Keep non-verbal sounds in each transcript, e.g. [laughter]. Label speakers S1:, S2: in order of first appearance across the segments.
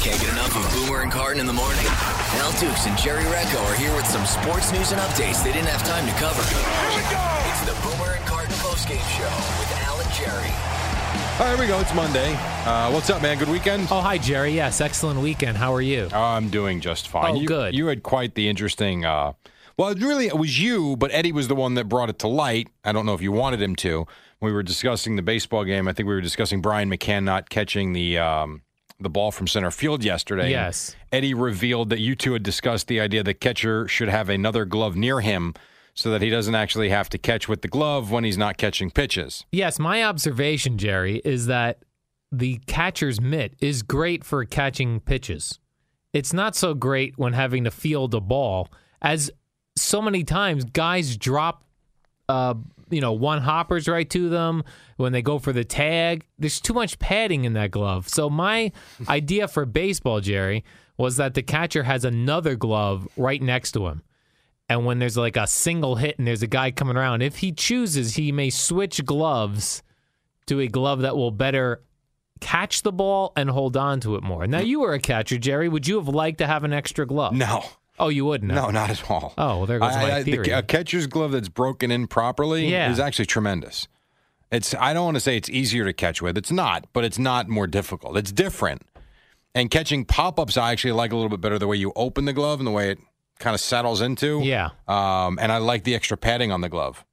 S1: Can't get enough of Boomer and Carton in the morning. Al Dukes and Jerry Recco are here with some sports news and updates they didn't have time to cover. Here we go! It's the Boomer and Carton postgame show with Al and Jerry.
S2: All right, here we go. It's Monday. Uh, what's up, man? Good weekend?
S3: Oh, hi, Jerry. Yes, excellent weekend. How are you?
S2: I'm doing just fine.
S3: Oh,
S2: you,
S3: good.
S2: You had quite the interesting. Uh, well, it really, it was you, but Eddie was the one that brought it to light. I don't know if you wanted him to. We were discussing the baseball game. I think we were discussing Brian McCann not catching the um, the ball from center field yesterday.
S3: Yes.
S2: Eddie revealed that you two had discussed the idea that catcher should have another glove near him so that he doesn't actually have to catch with the glove when he's not catching pitches.
S3: Yes, my observation, Jerry, is that the catcher's mitt is great for catching pitches. It's not so great when having to field a ball, as so many times guys drop, uh, you know, one hoppers right to them when they go for the tag. There's too much padding in that glove.
S2: [laughs]
S3: So my idea for baseball, Jerry, was that the catcher has another glove right next to him. And when there's like a single hit and there's a guy coming around, if he chooses, he may switch gloves to a glove that will better catch the ball and hold on to it more. Now, you were a catcher, Jerry. Would you have liked to have an extra glove?
S2: No.
S3: Oh, you wouldn't?
S2: No, not at all.
S3: Oh, well, there goes my
S2: the-
S3: theory.
S2: a catcher's glove that's broken in properly
S3: Yeah.
S2: is actually tremendous. It's I don't want to say it's easier to catch with. It's not, but it's not more difficult. It's different. And catching pop-ups, I actually like a little bit better the way you open the glove and the way it kind of settles into.
S3: Yeah.
S2: Um, and I like the extra padding on the glove.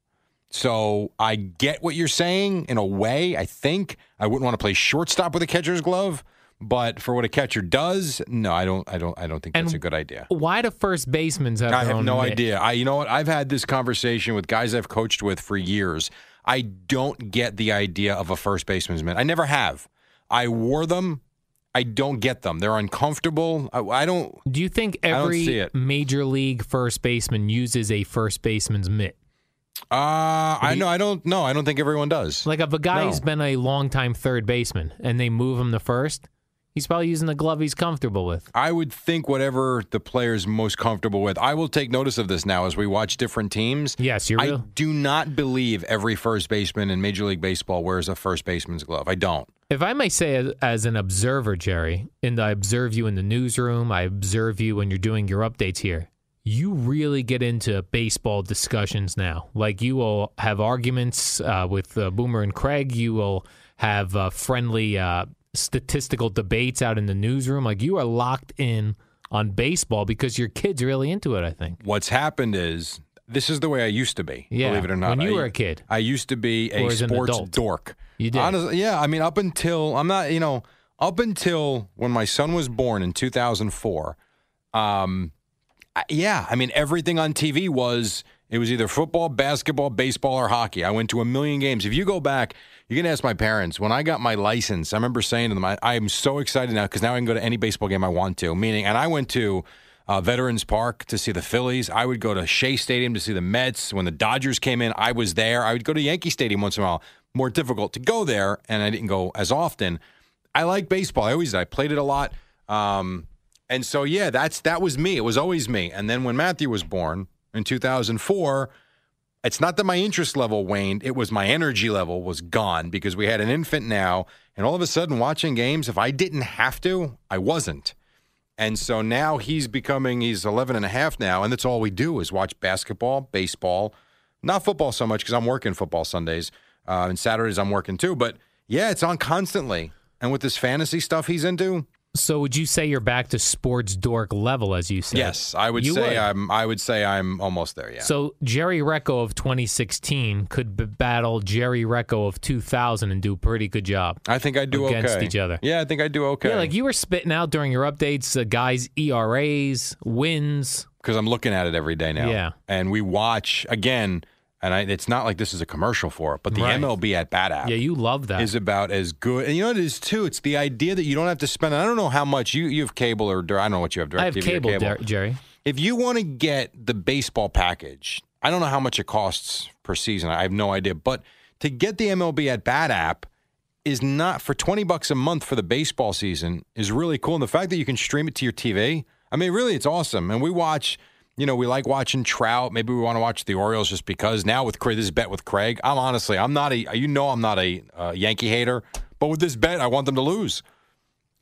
S2: So I get what you're saying in a way. I think I wouldn't want to play shortstop with a catcher's glove, but for what a catcher does, no, I don't. I don't. I don't think
S3: And
S2: that's a good idea.
S3: Why do first basemen have
S2: I
S3: their
S2: have
S3: own
S2: no
S3: mitt?
S2: idea. I, you know what? I've had this conversation with guys I've coached with for years. I don't get the idea of a first baseman's mitt. I never have. I wore them. I don't get them. They're uncomfortable. I, I don't.
S3: Do you think
S2: don't see
S3: every
S2: it.
S3: major league first baseman uses a first baseman's mitt?
S2: Uh, I know. I don't. No, I don't think everyone does.
S3: Like if a guy
S2: No.
S3: who's been a longtime third baseman and they move him to first, he's probably using the glove he's comfortable with.
S2: I would think whatever the player's most comfortable with. I will take notice of this now as we watch different teams.
S3: Yes, you
S2: I
S3: will.
S2: do not believe every first baseman in Major League Baseball wears a first baseman's glove. I don't.
S3: If I may say, as, as an observer, Jerry, and I observe you in the newsroom, I observe you when you're doing your updates here. You really get into baseball discussions now. Like you will have arguments uh, with uh, Boomer and Craig. You will have uh, friendly uh, statistical debates out in the newsroom. Like you are locked in on baseball because your kid's really into it. I think.
S2: what's happened is this is the way I used to be.
S3: Yeah,
S2: Believe it or not,
S3: when you
S2: I-
S3: were a kid.
S2: I used to be a
S3: Or as an
S2: sports
S3: adult.
S2: dork.
S3: You did.
S2: Honestly, yeah. I mean, up until I'm not. You know, up until when my son was born in 2004, um, I- yeah, I mean, everything on TV was it was either football, basketball, baseball, or hockey. I went to a million games. If you go back, you can ask my parents. When I got my license, I remember saying to them, I, "I am so excited now because now I can go to any baseball game I want to." Meaning, and I went to. Uh, Veterans Park to see the Phillies. I would go to Shea Stadium to see the Mets. When the Dodgers came in, I was there. I would go to Yankee Stadium once in a while. More difficult to go there, and I didn't go as often. I like baseball. I always did. I played it a lot. Um, and so yeah, that's that was me. It was always me. And then when Matthew was born in 2004, it's not that my interest level waned, it was my energy level was gone because we had an infant now and all of a sudden watching games if I didn't have to, I wasn't. And so now he's becoming he's 11 and a half now and that's all we do is watch basketball, baseball, not football so much because I'm working football Sundays uh, and Saturdays I'm working too, but yeah, it's on constantly. And with this fantasy stuff he's into,
S3: So would you say you're back to sports dork level, as you said?
S2: Yes, I would
S3: You
S2: say
S3: would.
S2: I'm. I would say I'm almost there. Yeah.
S3: So Jerry Recco of 2016 could b- battle Jerry Recco of 2000 and do a pretty good job.
S2: I think I do
S3: Against
S2: okay.
S3: each other.
S2: Yeah, I think I do okay.
S3: Yeah, like you were spitting out during your updates, uh, guys' ERAs, wins.
S2: because I'm looking at it every day now.
S3: Yeah.
S2: And we watch again, and I, it's not like this is a commercial for it, but the
S3: Right.
S2: MLB at Bat app.
S3: Yeah, you love that.
S2: is about as good. And you know what it is too. It's the idea that you don't have to spend. I don't know how much you you have cable or dir- I don't know what you have. Direct
S3: I have
S2: TV or
S3: cable,
S2: cable.
S3: Jer- Jerry.
S2: If you want to get the baseball package, I don't know how much it costs per season. I have no idea. But to get the MLB at Bat app is not for 20 bucks a month for the baseball season is really cool. And the fact that you can stream it to your TV, I mean, really, it's awesome. And we watch, you know, we like watching Trout. Maybe we want to watch the Orioles just because now with Craig, this bet with Craig, I'm honestly, I'm not a, you know, I'm not a uh, Yankee hater, but with this bet, I want them to lose.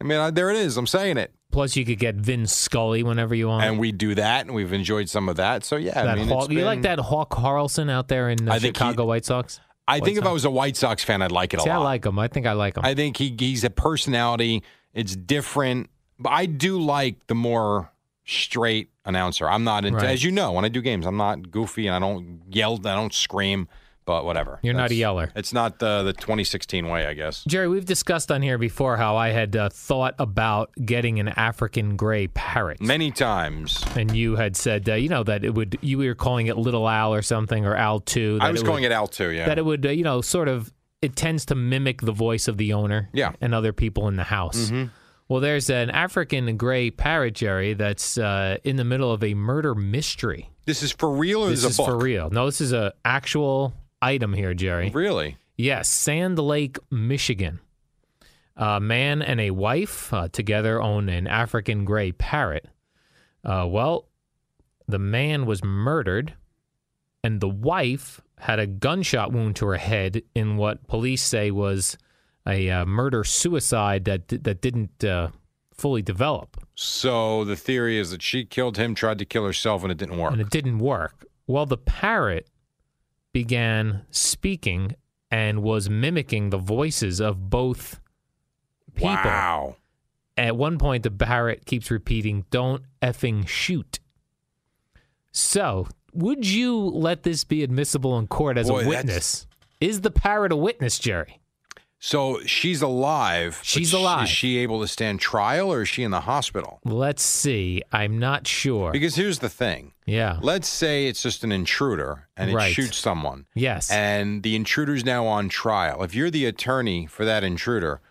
S2: I mean, I, there it is. I'm saying it.
S3: Plus, you could get Vin Scully whenever you want.
S2: And we do that, and we've enjoyed some of that. So yeah, I
S3: that
S2: mean,
S3: Hawk,
S2: it's
S3: you like
S2: been-
S3: that Hawk Harrelson out there in the
S2: I think he-
S3: Chicago White Sox?
S2: I think
S3: White
S2: if I was a White Sox fan, I'd like it a
S3: See, I
S2: lot.
S3: like him. I think I like him.
S2: I think he he's a personality. It's different, but I do like the more straight announcer. I'm not into,
S3: Right.
S2: as you know, when I do games, I'm not goofy and I don't yell, I don't scream, but whatever.
S3: You're not a
S2: That's-
S3: yeller.
S2: It's not the the 2016 way, I guess.
S3: Jerry, we've discussed on here before how I had uh, thought about getting an African gray parrot.
S2: Many times
S3: and you had said, uh, you know, that it would, you were calling it Little Al or something, or Al 2.
S2: I was calling it out too. Yeah,
S3: That it would, uh, you know, sort of, it tends to mimic the voice of the owner
S2: Yeah. Mm-hmm.
S3: and other people in the house. Well, there's an African gray parrot, Jerry, that's uh, in the middle of a murder mystery.
S2: this is for real. Or
S3: This
S2: a
S3: is
S2: book?
S3: for real. No, this is a actual item here, Jerry.
S2: Really?
S3: Yes, Sand Lake, Michigan. A man and a wife uh, together own an African gray parrot. Uh, well, the man was murdered, and the wife had a gunshot wound to her head in what police say was a uh, murder suicide that that didn't uh, fully develop.
S2: So the theory is that she killed him, tried to kill herself, and it didn't work.
S3: and it didn't work. Well, the parrot began speaking and was mimicking the voices of both people.
S2: Wow.
S3: At one point, the parrot keeps repeating, Don't effing shoot. So, would you let this be admissible in court as
S2: Boy,
S3: a
S2: that's-
S3: witness? Is the parrot a witness, Jerry?
S2: So she's alive. but
S3: She's
S2: sh-
S3: alive.
S2: Is she able to stand trial, or is she in the hospital?
S3: Let's see. I'm not sure.
S2: Because here's the thing.
S3: yeah.
S2: Let's say it's just an intruder and it
S3: Right.
S2: shoots someone,
S3: Yes.
S2: and the intruder's now on trial. If you're the attorney for that intruder,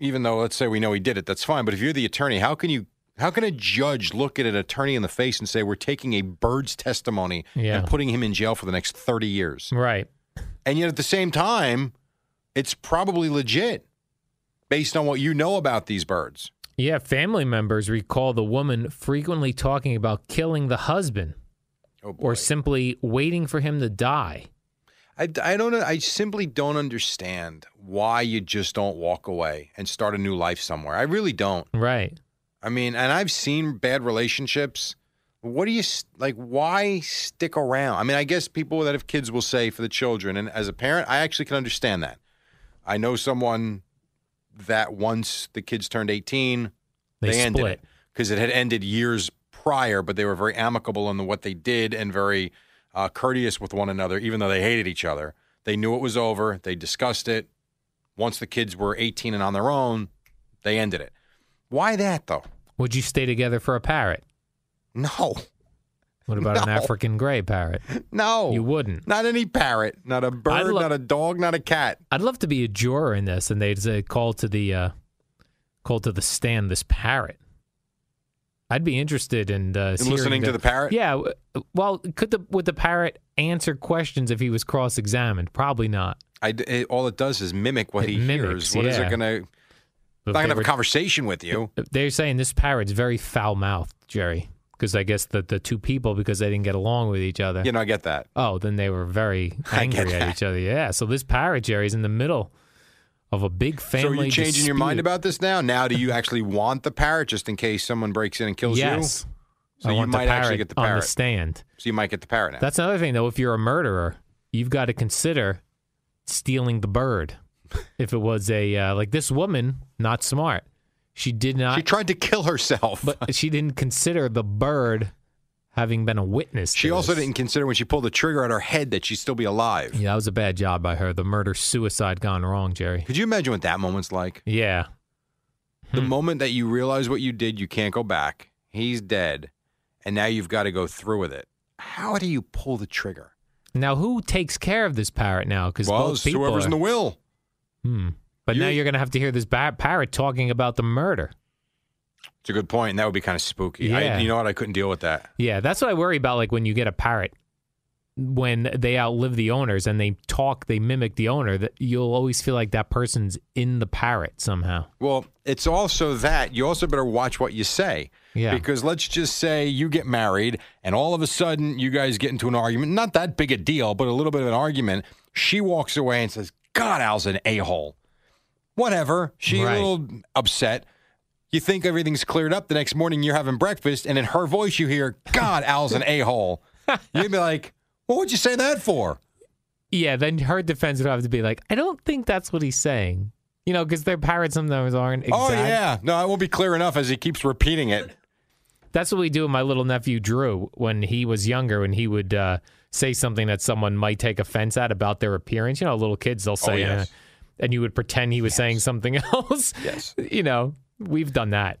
S2: even though let's say we know he did it, that's fine. But if you're the attorney, how can you? How can a judge look at an attorney in the face and say we're taking a bird's testimony
S3: Yeah.
S2: and putting him in jail for the next thirty years?
S3: right.
S2: And yet at the same time, it's probably legit based on what you know about these birds.
S3: Yeah, family members recall the woman frequently talking about killing the husband
S2: Oh, boy.
S3: or simply waiting for him to die.
S2: I, I don't I simply don't understand why you just don't walk away and start a new life somewhere. I really don't.
S3: Right.
S2: I mean, and I've seen bad relationships. What do you s- like? Why stick around? I mean, I guess people that have kids will say for the children, and as a parent, I actually can understand that. I know someone that once the kids turned 18,
S3: They
S2: ended
S3: split.
S2: it because it had ended years prior, but they were very amicable in the, what they did and very uh, courteous with one another, even though they hated each other. They knew it was over. They discussed it. Once the kids were 18 and on their own, They ended it. Why that though? [laughs]
S3: Would you stay together for a parrot?
S2: No,
S3: What about an
S2: No.
S3: African gray parrot?
S2: no,
S3: You wouldn't.
S2: Not any parrot, not a bird,
S3: lo-
S2: not a dog, not a cat.
S3: I'd love to be a juror in this, and they'd say, call to the uh, call to the stand this parrot. I'd be interested in, uh, hearing
S2: listening to the parrot?
S3: Yeah. w- Well, could the would the parrot answer questions if he was cross examined? Probably not.
S2: I d it, all it does is mimic what
S3: It
S2: he
S3: mimics,
S2: hears. What is
S3: yeah.
S2: it going to?
S3: But
S2: Not going
S3: if
S2: to have
S3: they
S2: a conversation with
S3: [laughs]
S2: you.
S3: were- They're saying this parrot's very foul mouthed, Jerry, because I guess that the two people because they didn't get along with each other.
S2: You know, I get that.
S3: Oh, then they were very
S2: [laughs] I get
S3: angry at
S2: that.
S3: each other. Yeah. So this pirate Jerry's in the middle of a big family.
S2: so are you changing your mind
S3: dispute.
S2: about this now? Now, do you actually want the parrot just in case someone breaks in and kills
S3: yes.
S2: you? So
S3: I
S2: you
S3: want
S2: might
S3: the
S2: actually
S3: parrot
S2: get the
S3: on the
S2: parrot.
S3: stand.
S2: So you might get the parrot now.
S3: That's another thing, though. If you're a murderer, you've got to consider stealing the
S2: [laughs]
S3: bird. if it was a uh, like this woman, not smart. She did not.
S2: she tried to kill herself.
S3: but she didn't consider the bird having been a witness. to
S2: she also
S3: this.
S2: didn't consider when she pulled the trigger at her head that she'd still be alive.
S3: Yeah, that was a bad job by her. The murder suicide gone wrong, Jerry.
S2: Could you imagine what that moment's like?
S3: Yeah.
S2: The
S3: Hmm.
S2: moment that you realize what you did, you can't go back. He's dead, and now you've got to go through with it. How do you pull the trigger?
S3: Now, who takes care of this parrot now? Because
S2: Well,
S3: both
S2: it's
S3: people.
S2: whoever's
S3: are-
S2: in the will.
S3: Hmm. But now
S2: You-
S3: you're going to have to hear this ba- parrot talking about the murder.
S2: It's a good point, and that would be kind of spooky.
S3: Yeah.
S2: I, you know what? I couldn't deal with that.
S3: Yeah, that's what I worry about. Like when you get a parrot, when they outlive the owners and they talk, they mimic the owner. That you'll always feel like that person's in the parrot somehow.
S2: Well, it's also that you also better watch what you say.
S3: Yeah.
S2: Because let's just say you get married and all of a sudden you guys get into an argument, not that big a deal, but a little bit of an argument. She walks away and says, God, Al's an a hole. Whatever. She's
S3: Right.
S2: a little upset. You think everything's cleared up. The next morning you're having breakfast, and in her voice you hear, God, Al's an a
S3: [laughs]
S2: hole. You'd be like, What would you say that for?
S3: Yeah, then her defense would have to be like, I don't think that's what he's saying. You know, because their parrots sometimes aren't. Exact.
S2: Oh, yeah. No, it won't be clear enough as he keeps repeating it.
S3: That's what we do with my little nephew Drew when he was younger, when he would uh, say something that someone might take offense at about their appearance. You know, little kids, they'll say,
S2: Oh, yes.
S3: uh, and you would pretend he was saying something [laughs] else.
S2: Yes.
S3: you know, we've done that.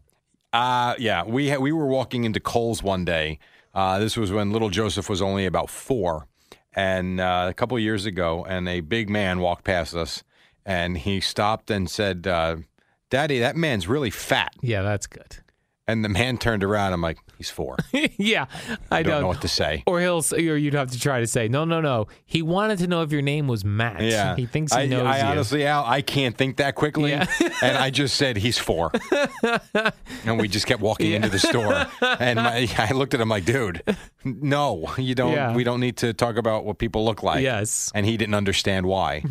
S2: Uh, yeah, we ha- we were walking into Coles one day. Uh, this was when little Joseph was only about four, and uh, a couple years ago, and a big man walked past us, and he stopped and said, uh, "Daddy, that man's really fat."
S3: Yeah, that's good. [laughs]
S2: And the man [laughs] turned around. I'm like, "He's four.
S3: yeah,
S2: [laughs]
S3: I
S2: I don't
S3: know.
S2: know what to say."
S3: Or he'll, s- or you'd have to try to say, no, no, no. He wanted to know if your name was Matt.
S2: Yeah,
S3: [laughs] he thinks he
S2: I,
S3: knows
S2: I
S3: you.
S2: honestly, Al, I can't think that quickly,
S3: Yeah.
S2: [laughs] and I just said he's four, and we just kept walking into the store, and my, [laughs] I looked at him like, "Dude, no, you don't.
S3: Yeah.
S2: We don't need to talk about what people look like."
S3: Yes. Hmm.
S2: and he didn't understand why.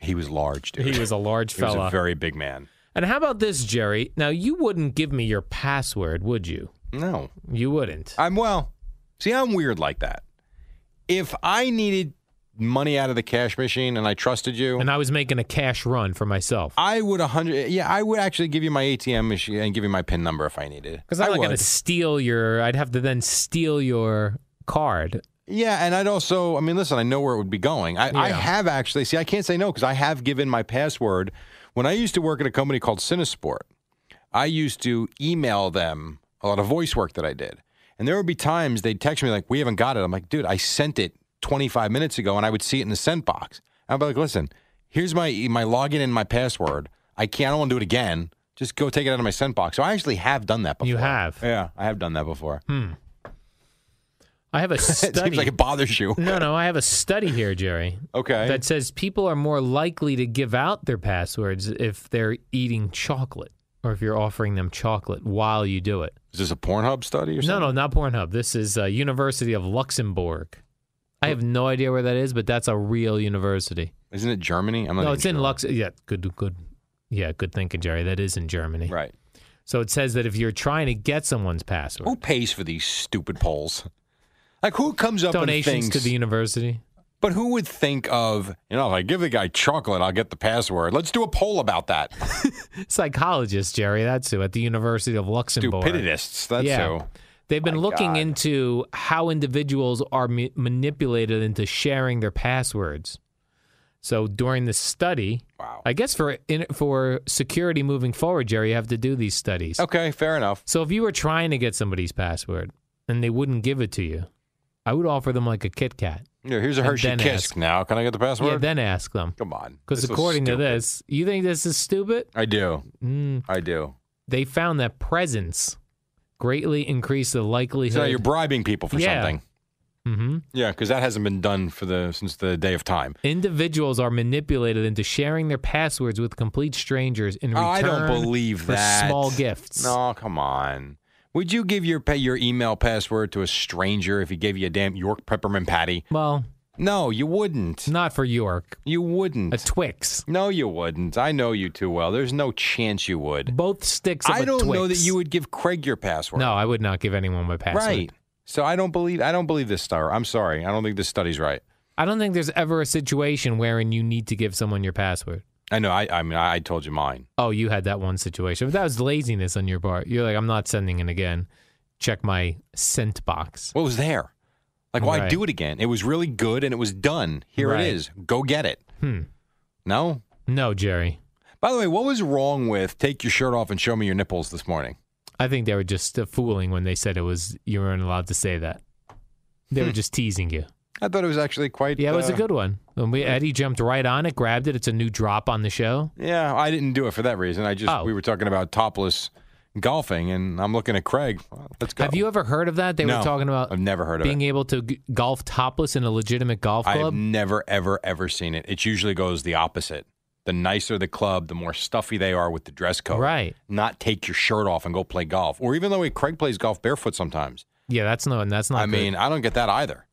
S2: He was large, dude.
S3: [laughs] he was a large
S2: [laughs] He was
S3: fella.
S2: a very big man.
S3: and how about this, Jerry? Now you wouldn't give me your password, would you?
S2: No,
S3: You wouldn't.
S2: I'm well. See, I'm weird like that. If I needed money out of the cash machine and I trusted you,
S3: and I was making a cash run for myself.
S2: Oh. I would a hundred. Yeah, I would actually give you my ATM machine and give you my PIN number if I needed.
S3: Because I'm
S2: I
S3: not going
S2: would.
S3: to steal your. I'd have to then steal your card.
S2: Yeah, and I'd also. I mean, listen. I know where it would be going. I, I
S3: Yeah.
S2: have actually. See, I can't say no because I have given my password. When I used to work at a company called Cinesport, I used to email them a lot of voice work that I did, and there would be times they'd text me like, "We haven't got it." I'm like, "Dude, I sent it 25 minutes ago, and I would see it in the sent box." I'd be like, "Listen, here's my my login and my password. I can't. I don't want to do it again. Just go take it out of my sent box." So I actually have done that before.
S3: You have.
S2: Yeah, I have done that before.
S3: I have
S2: [laughs]
S3: a
S2: it
S3: study.
S2: seems like it bothers you. [laughs]
S3: no, no, I have a study here, Jerry,
S2: Okay.
S3: that says people are more likely to give out their passwords if they're eating chocolate or if you're offering them chocolate while you do it.
S2: Is this a Pornhub study or
S3: No,
S2: something?
S3: no, not Pornhub. This is uh, University of Luxembourg. I have no idea where that is, but that's a real university.
S2: Isn't it Germany? I'm not
S3: No,
S2: even
S3: it's in
S2: sure.
S3: Lux. Yeah, good, good. Yeah, good thinking, Jerry. That is in Germany.
S2: Right.
S3: So it says that if you're trying to get someone's password,
S2: Who pays for these stupid polls? Like who comes up and
S3: donations
S2: thinks,
S3: to the university.
S2: But who would think of, you know, if I give the guy chocolate, I'll get the password. Let's do a poll about that.
S3: Psychologist Jerry, that's who at the University of Luxembourg.
S2: Stupidists. That's
S3: Yeah.
S2: who.
S3: They've been looking into how individuals are ma- manipulated into sharing their passwords. So during the study,
S2: Wow.
S3: I guess for in, for security moving forward, Jerry, you have to do these studies.
S2: Okay, fair enough.
S3: So if you were trying to get somebody's password and they wouldn't give it to you, I would offer them like a Kit Kat.
S2: Yeah, here's a
S3: And
S2: Hershey
S3: then
S2: Kiss.
S3: ask.
S2: Now, can I get the password?
S3: Yeah, then ask them.
S2: Come on.
S3: Because
S2: This was
S3: according to
S2: stupid.
S3: this, you think this is stupid?
S2: I do.
S3: Mm,
S2: I do.
S3: they found that presence greatly increased the likelihood.
S2: So you're bribing people for
S3: Yeah.
S2: something.
S3: Mhm.
S2: Yeah, because that hasn't been done for the since the day of time.
S3: Individuals are manipulated into sharing their passwords with complete strangers in
S2: Oh,
S3: return
S2: I don't believe
S3: for
S2: that.
S3: small gifts.
S2: No, come on. Would you give your pay your email password to a stranger if he gave you a damn York peppermint patty?
S3: Well,
S2: No, you wouldn't.
S3: not for York.
S2: You
S3: A
S2: wouldn't.
S3: Twix.
S2: no, you wouldn't. I know you too well. There's no chance you would.
S3: Both sticks. Of
S2: I
S3: a
S2: don't know that
S3: Twix.
S2: you would give Craig your password.
S3: No, I would not give anyone my password.
S2: right. So I don't believe I don't believe this star. I'm sorry. I don't think this study's right.
S3: I don't think there's ever a situation wherein you need to give someone your password.
S2: I know. I I mean I, I told you mine.
S3: Oh, you had that one situation, but that was laziness on your part. You're like, I'm not sending it again. Check my sent box.
S2: What was there? Like why
S3: Right.
S2: do it again? It was really good and it was done. Here
S3: Right.
S2: it is. Go get it.
S3: Hmm.
S2: No.
S3: No, Jerry.
S2: By the way, what was wrong with take your shirt off and show me your nipples this morning?
S3: I think they were just uh, fooling when they said it was you weren't allowed to say that. They
S2: Hmm.
S3: were just teasing you.
S2: I thought it was actually quite.
S3: Yeah, it was a
S2: uh,
S3: good one. When we Eddie jumped right on it, grabbed it. It's a new drop on the show.
S2: Yeah, I didn't do it for that reason. I just
S3: Oh.
S2: we were talking about topless golfing, and I'm looking at Craig. Well, let's go.
S3: Have you ever heard of that? They
S2: No,
S3: were talking about
S2: I've never heard of
S3: being
S2: it.
S3: able to g- golf topless in a legitimate golf
S2: I have
S3: club.
S2: never, ever, ever seen it. It usually goes the opposite. The nicer the club, the more stuffy they are with the dress code.
S3: Right.
S2: Not take your shirt off and go play golf. Or even though he- Craig plays golf barefoot sometimes.
S3: Yeah, that's no, and that's not.
S2: I
S3: good.
S2: mean, I don't get that either.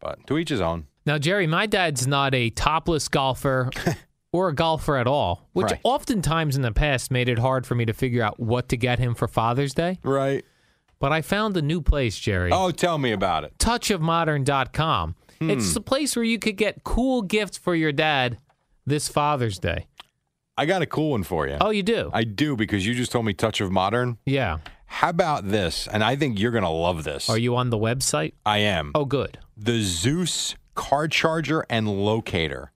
S2: But to each his own.
S3: Now, Jerry, my dad's not a
S2: [laughs]
S3: topless golfer or a golfer at all, which
S2: Right.
S3: oftentimes in the past made it hard for me to figure out what to get him for Father's Day.
S2: Right.
S3: But I found a new place, Jerry.
S2: Oh, Hmm. tell me about it.
S3: touchofmodern.com. It's the place where you could get cool gifts for your dad this Father's Day.
S2: I got a cool one for you.
S3: Oh, you do?
S2: I do because you just told me touch of modern.
S3: yeah.
S2: How about this? And I think you're going to love this.
S3: Are you on the website?
S2: I am.
S3: Oh, good.
S2: The Zeus car charger and locator.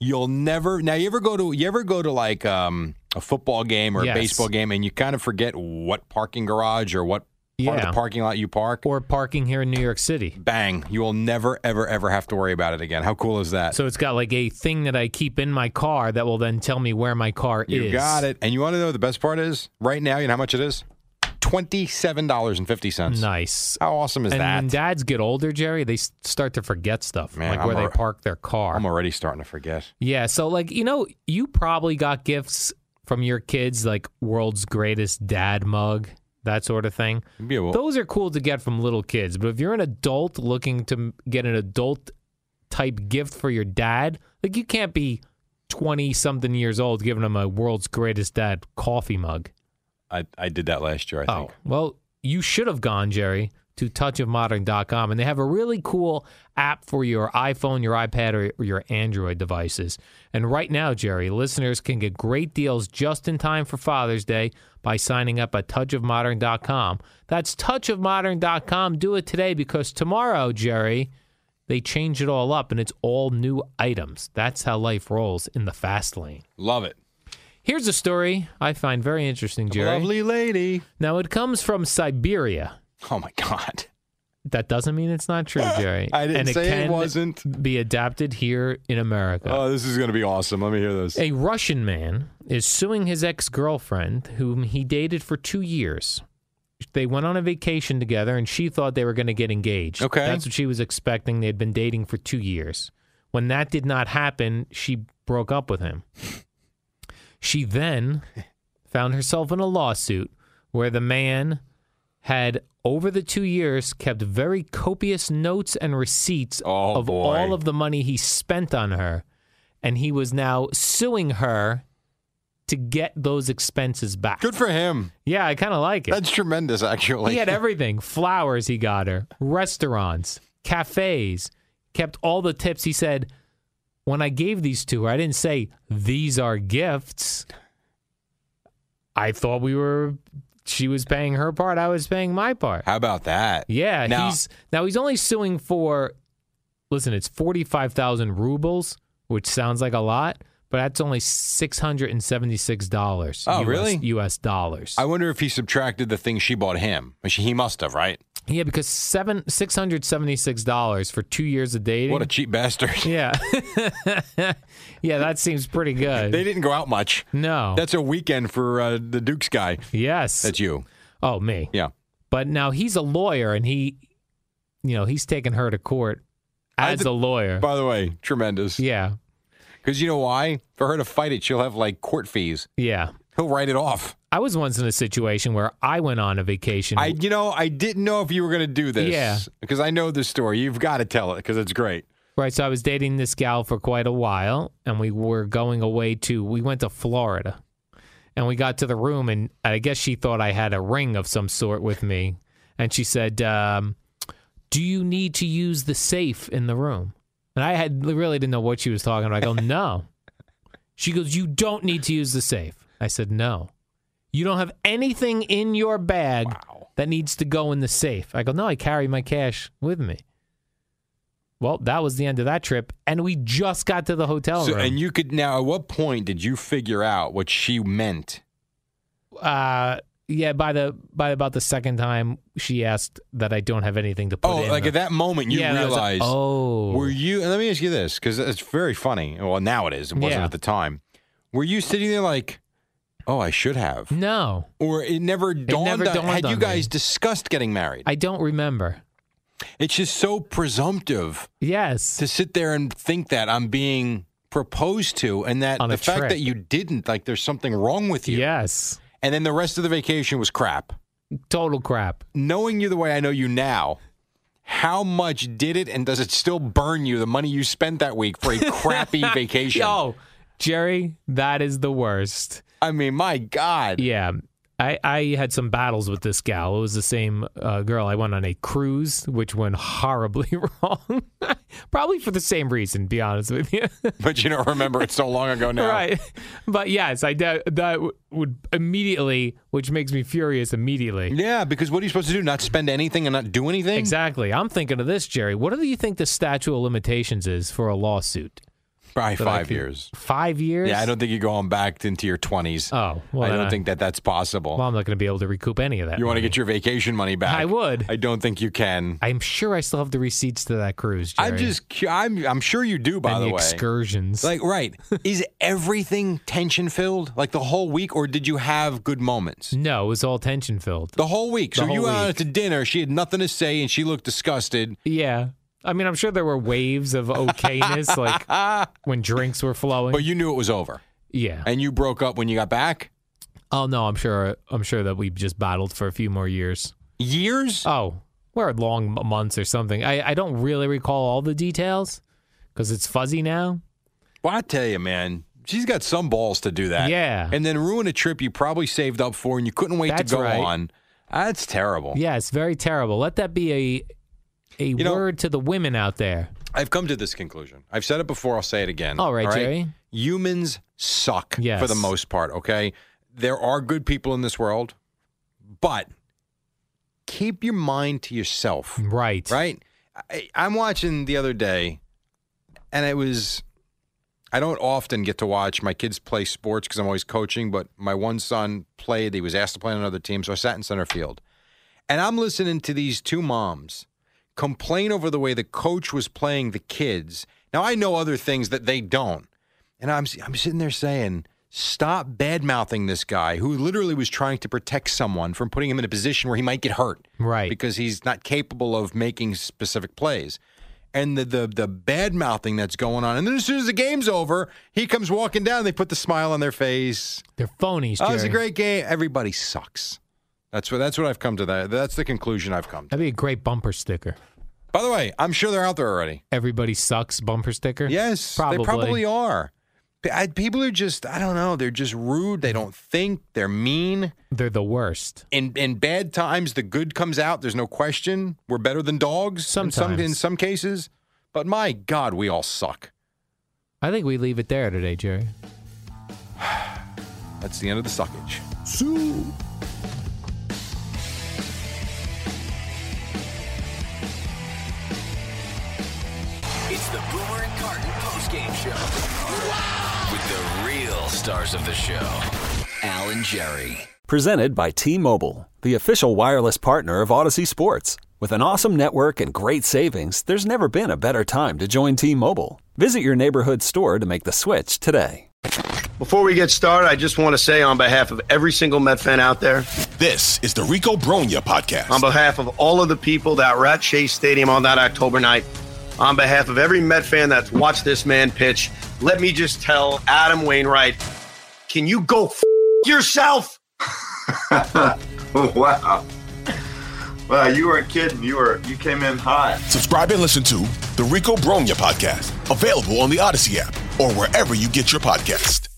S2: You'll never Now you ever go to you ever go to like um a football game or
S3: Yes.
S2: a baseball game and you kind of forget what parking garage or what part of
S3: Yeah.
S2: the parking lot you park?
S3: Or parking here in New York City.
S2: Bang, you will never ever ever have to worry about it again. How cool is that?
S3: So it's got like a thing that I keep in my car that will then tell me where my car
S2: you
S3: is.
S2: got it. And you want to know what the best part is? Right now, you know how much it is? $27.50.
S3: Nice.
S2: How awesome is
S3: and
S2: that?
S3: when dads get older, Jerry, they s- start to forget stuff,
S2: Man,
S3: like
S2: I'm
S3: where
S2: a-
S3: they park their car.
S2: I'm already starting to forget.
S3: yeah, so like you know, you probably got gifts from your kids, like world's greatest dad mug, that sort of thing.
S2: Yeah, well,
S3: Those are cool to get from little kids, but if you're an adult looking to m- get an adult type gift for your dad, like you can't be twenty something years old giving him a world's greatest dad coffee mug.
S2: I, I did that last year, I think.
S3: Oh, well, you should have gone, Jerry, to touchofmodern.com. And they have a really cool app for your iPhone, your iPad, or, or your Android devices. And right now, Jerry, listeners can get great deals just in time for Father's Day by signing up at touchofmodern.com. That's touchofmodern.com. Do it today because tomorrow, Jerry, they change it all up and it's all new items. That's how life rolls in the fast lane.
S2: Love it.
S3: Here's a story I find very interesting, Jerry.
S2: Lovely lady.
S3: Now it comes from Siberia.
S2: Oh, my God.
S3: That doesn't mean it's not true, Jerry.
S2: Eh, I didn't
S3: and it
S2: say it
S3: can
S2: wasn't.
S3: Be adapted here in America.
S2: Oh, this is going to be awesome. Let me hear this.
S3: a Russian man is suing his ex-girlfriend, whom he dated for two years. They went on a vacation together, and she thought they were going to get engaged.
S2: Okay.
S3: that's what she was expecting. They had been dating for two years. When that did not happen, she broke up with him. She then found herself in a lawsuit where the man had over the two years kept very copious notes and receipts
S2: Oh,
S3: of
S2: boy.
S3: all of the money he spent on her and he was now suing her to get those expenses back
S2: Good for him.
S3: yeah i kind of like it
S2: That's tremendous, actually.
S3: he
S2: [laughs]
S3: had everything flowers he got her restaurants cafes kept all the tips he said when i gave these to her i didn't say these are gifts i thought we were she was paying her part i was paying my part
S2: How about that?
S3: yeah,
S2: Now-
S3: he's now he's only suing for listen, it's 45,000 rubles which sounds like a lot, but that's only six hundred and seventy-six dollars.
S2: Oh, really?
S3: U.S. dollars.
S2: I wonder if he subtracted the thing she bought him. She- He must have, right?
S3: yeah, because seven six hundred seventy-six dollars for two years of dating.
S2: What a cheap bastard.
S3: [laughs] yeah, yeah, that seems pretty good.
S2: They didn't go out much.
S3: no,
S2: That's a weekend for uh, the Duke's guy.
S3: Oh. yes.
S2: That's you.
S3: oh, me.
S2: Yeah.
S3: But now he's a lawyer, and he, you know, he's taking her to court
S2: I
S3: as
S2: did-
S3: a lawyer.
S2: By the way, tremendous.
S3: yeah,
S2: Because you know why? For her to fight it, she'll have like court fees.
S3: yeah.
S2: He'll write it off.
S3: I was once in a situation where I went on a vacation.
S2: I, you know, I didn't know if you were going to do this.
S3: Yeah.
S2: Because I know this story. You've got to tell it because it's great.
S3: Right. So I was dating this gal for quite a while, and we were going away to, we went to Florida. And we got to the room, and I guess she thought I had a ring of some sort with me. And she said, um, Do you need to use the safe in the room? And I had really didn't know what she was talking about. I go, No. She goes, You don't need to use the safe. I said, No. You don't have anything in your bag that needs to go in the safe. I go, No, I carry my cash with me. Well, that was the end of that trip, and we just got to the hotel
S2: So,
S3: room.
S2: and you could now. At what point did you figure out what she meant?
S3: uh, yeah, by the by, about the second time she asked that I don't have anything to put
S2: oh,
S3: in.
S2: like
S3: the-
S2: at that moment you
S3: Yeah, and I was like,
S2: realized.
S3: oh,
S2: Were you? And let me ask you this, because it's very funny. Well, now it is. It wasn't
S3: Yeah.
S2: at the time. Were you sitting there like, oh, I should have,
S3: no,
S2: or it never dawned?
S3: never
S2: on,
S3: dawned
S2: had
S3: on
S2: you
S3: me.
S2: guys discussed getting married?
S3: I don't remember.
S2: it's just so presumptive
S3: Yes,
S2: to sit there and think that I'm being proposed to, and that
S3: On
S2: the
S3: a
S2: fact
S3: trip.
S2: that you didn't, like, there's something wrong with you.
S3: yes,
S2: And then the rest of the vacation was crap.
S3: total crap.
S2: Knowing you the way I know you now. How much did it, and does it still burn you the money you spent that week
S3: [laughs]
S2: for a crappy vacation?
S3: Yo, Jerry, that is the worst.
S2: I mean, my God.
S3: Yeah. I, I had some battles with this gal. It was the same uh, girl. I went on a cruise, which went horribly [laughs] wrong. Probably for the same reason, to be honest with you. [laughs]
S2: But you don't remember it's so long ago now.
S3: Right. But yes, I de- that w- would immediately, which makes me furious immediately.
S2: Yeah, because what are you supposed to do? Not spend anything and not do anything?
S3: Exactly. I'm thinking of this, Jerry. What do you think the statute of limitations is for a lawsuit?
S2: Probably
S3: That I
S2: five
S3: could-
S2: years.
S3: Five years?
S2: Yeah, I don't think you go on back into your 20s.
S3: Oh, well,
S2: I
S3: then
S2: don't think that that's possible.
S3: Well, I'm not going to be able to recoup any of that.
S2: you want to get your vacation money back?
S3: I would.
S2: I don't think you can.
S3: I'm sure I still have the receipts to that cruise, Jerry.
S2: I'm just, cu- I'm, I'm sure you do, by
S3: and
S2: the
S3: the
S2: way.
S3: excursions.
S2: Like, right.
S3: [laughs]
S2: Is everything tension filled, like the whole week, or did you have good moments?
S3: no, it was all tension filled.
S2: The whole week.
S3: The
S2: so you
S3: whole
S2: went out
S3: week.
S2: to dinner. She had nothing to say and she looked disgusted.
S3: Yeah. I mean, I'm sure there were waves of okayness, [laughs] like when drinks were flowing.
S2: But you knew it was over.
S3: yeah.
S2: And you broke up when you got back?
S3: Oh no, I'm sure. I'm sure that we just battled for a few more years.
S2: Years?
S3: Oh, we're at long m- months or something. I, I don't really recall all the details because it's fuzzy now.
S2: Well, I tell you, man, she's got some balls to do that.
S3: Yeah.
S2: And then ruin a trip you probably saved up for and you couldn't wait
S3: That's
S2: to go
S3: right.
S2: on. That's terrible.
S3: Yeah, it's very terrible. Let that be a a
S2: You know-
S3: word to the women out there.
S2: I've come to this conclusion. I've said it before, I'll say it again.
S3: All right, Jerry.
S2: Humans suck
S3: Yes.
S2: for the most part, okay? There are good people in this world, but keep your mind to yourself.
S3: Right.
S2: right? I, I'm watching the other day, and it was. I don't often get to watch my kids play sports because I'm always coaching, but my one son played. He was asked to play on another team, so I sat in center field. And I'm listening to these two moms complain over the way the coach was playing the kids. Now, I know other things that they don't. And I'm, I'm sitting there saying, stop bad mouthing this guy who literally was trying to protect someone from putting him in a position where he might get hurt
S3: Right.
S2: because he's not capable of making specific plays. And the the the bad mouthing that's going on. And then as soon as the game's over, he comes walking down. They put the smile on their face.
S3: They're phonies, Jerry.
S2: Oh, it's a great game. Everybody sucks. That's what that's what I've come to. That that's the conclusion I've come to.
S3: That'd be a great bumper sticker.
S2: By the way, I'm sure they're out there
S3: [laughs]
S2: already.
S3: Everybody sucks bumper sticker.
S2: Yes,
S3: Probably.
S2: they probably are. P- I- people are just I don't know. They're just rude. They don't think. They're mean.
S3: They're the worst.
S2: in in bad times the good comes out there's no question we're better than dogs in some,
S3: Sometimes.
S2: in some cases but my god we all suck
S3: I think we leave it there today, Jerry.
S2: that's the end of the suckage
S4: Sue.
S1: It's the Boomer and
S5: Carton postgame show with the real stars of the show, Al and Jerry.
S6: Presented by T Mobile, the official wireless partner of Odyssey Sports. With an awesome network and great savings, there's never been a better time to join T Mobile. Visit your neighborhood store to make the switch today.
S7: Before we get started, I just want to say on behalf of every single Met fan out there,
S8: This is the Rico Bronya podcast.
S7: on behalf of all of the people that were at Chase Stadium on that October night, on behalf of every Met fan that's watched this man pitch, let me just tell Adam Wainwright, can you go f- yourself?
S9: wow. Wow, you weren't kidding. You were you came in hot.
S8: Subscribe and listen to the Rico Bronya podcast, available on the Odyssey app or wherever you get your podcast.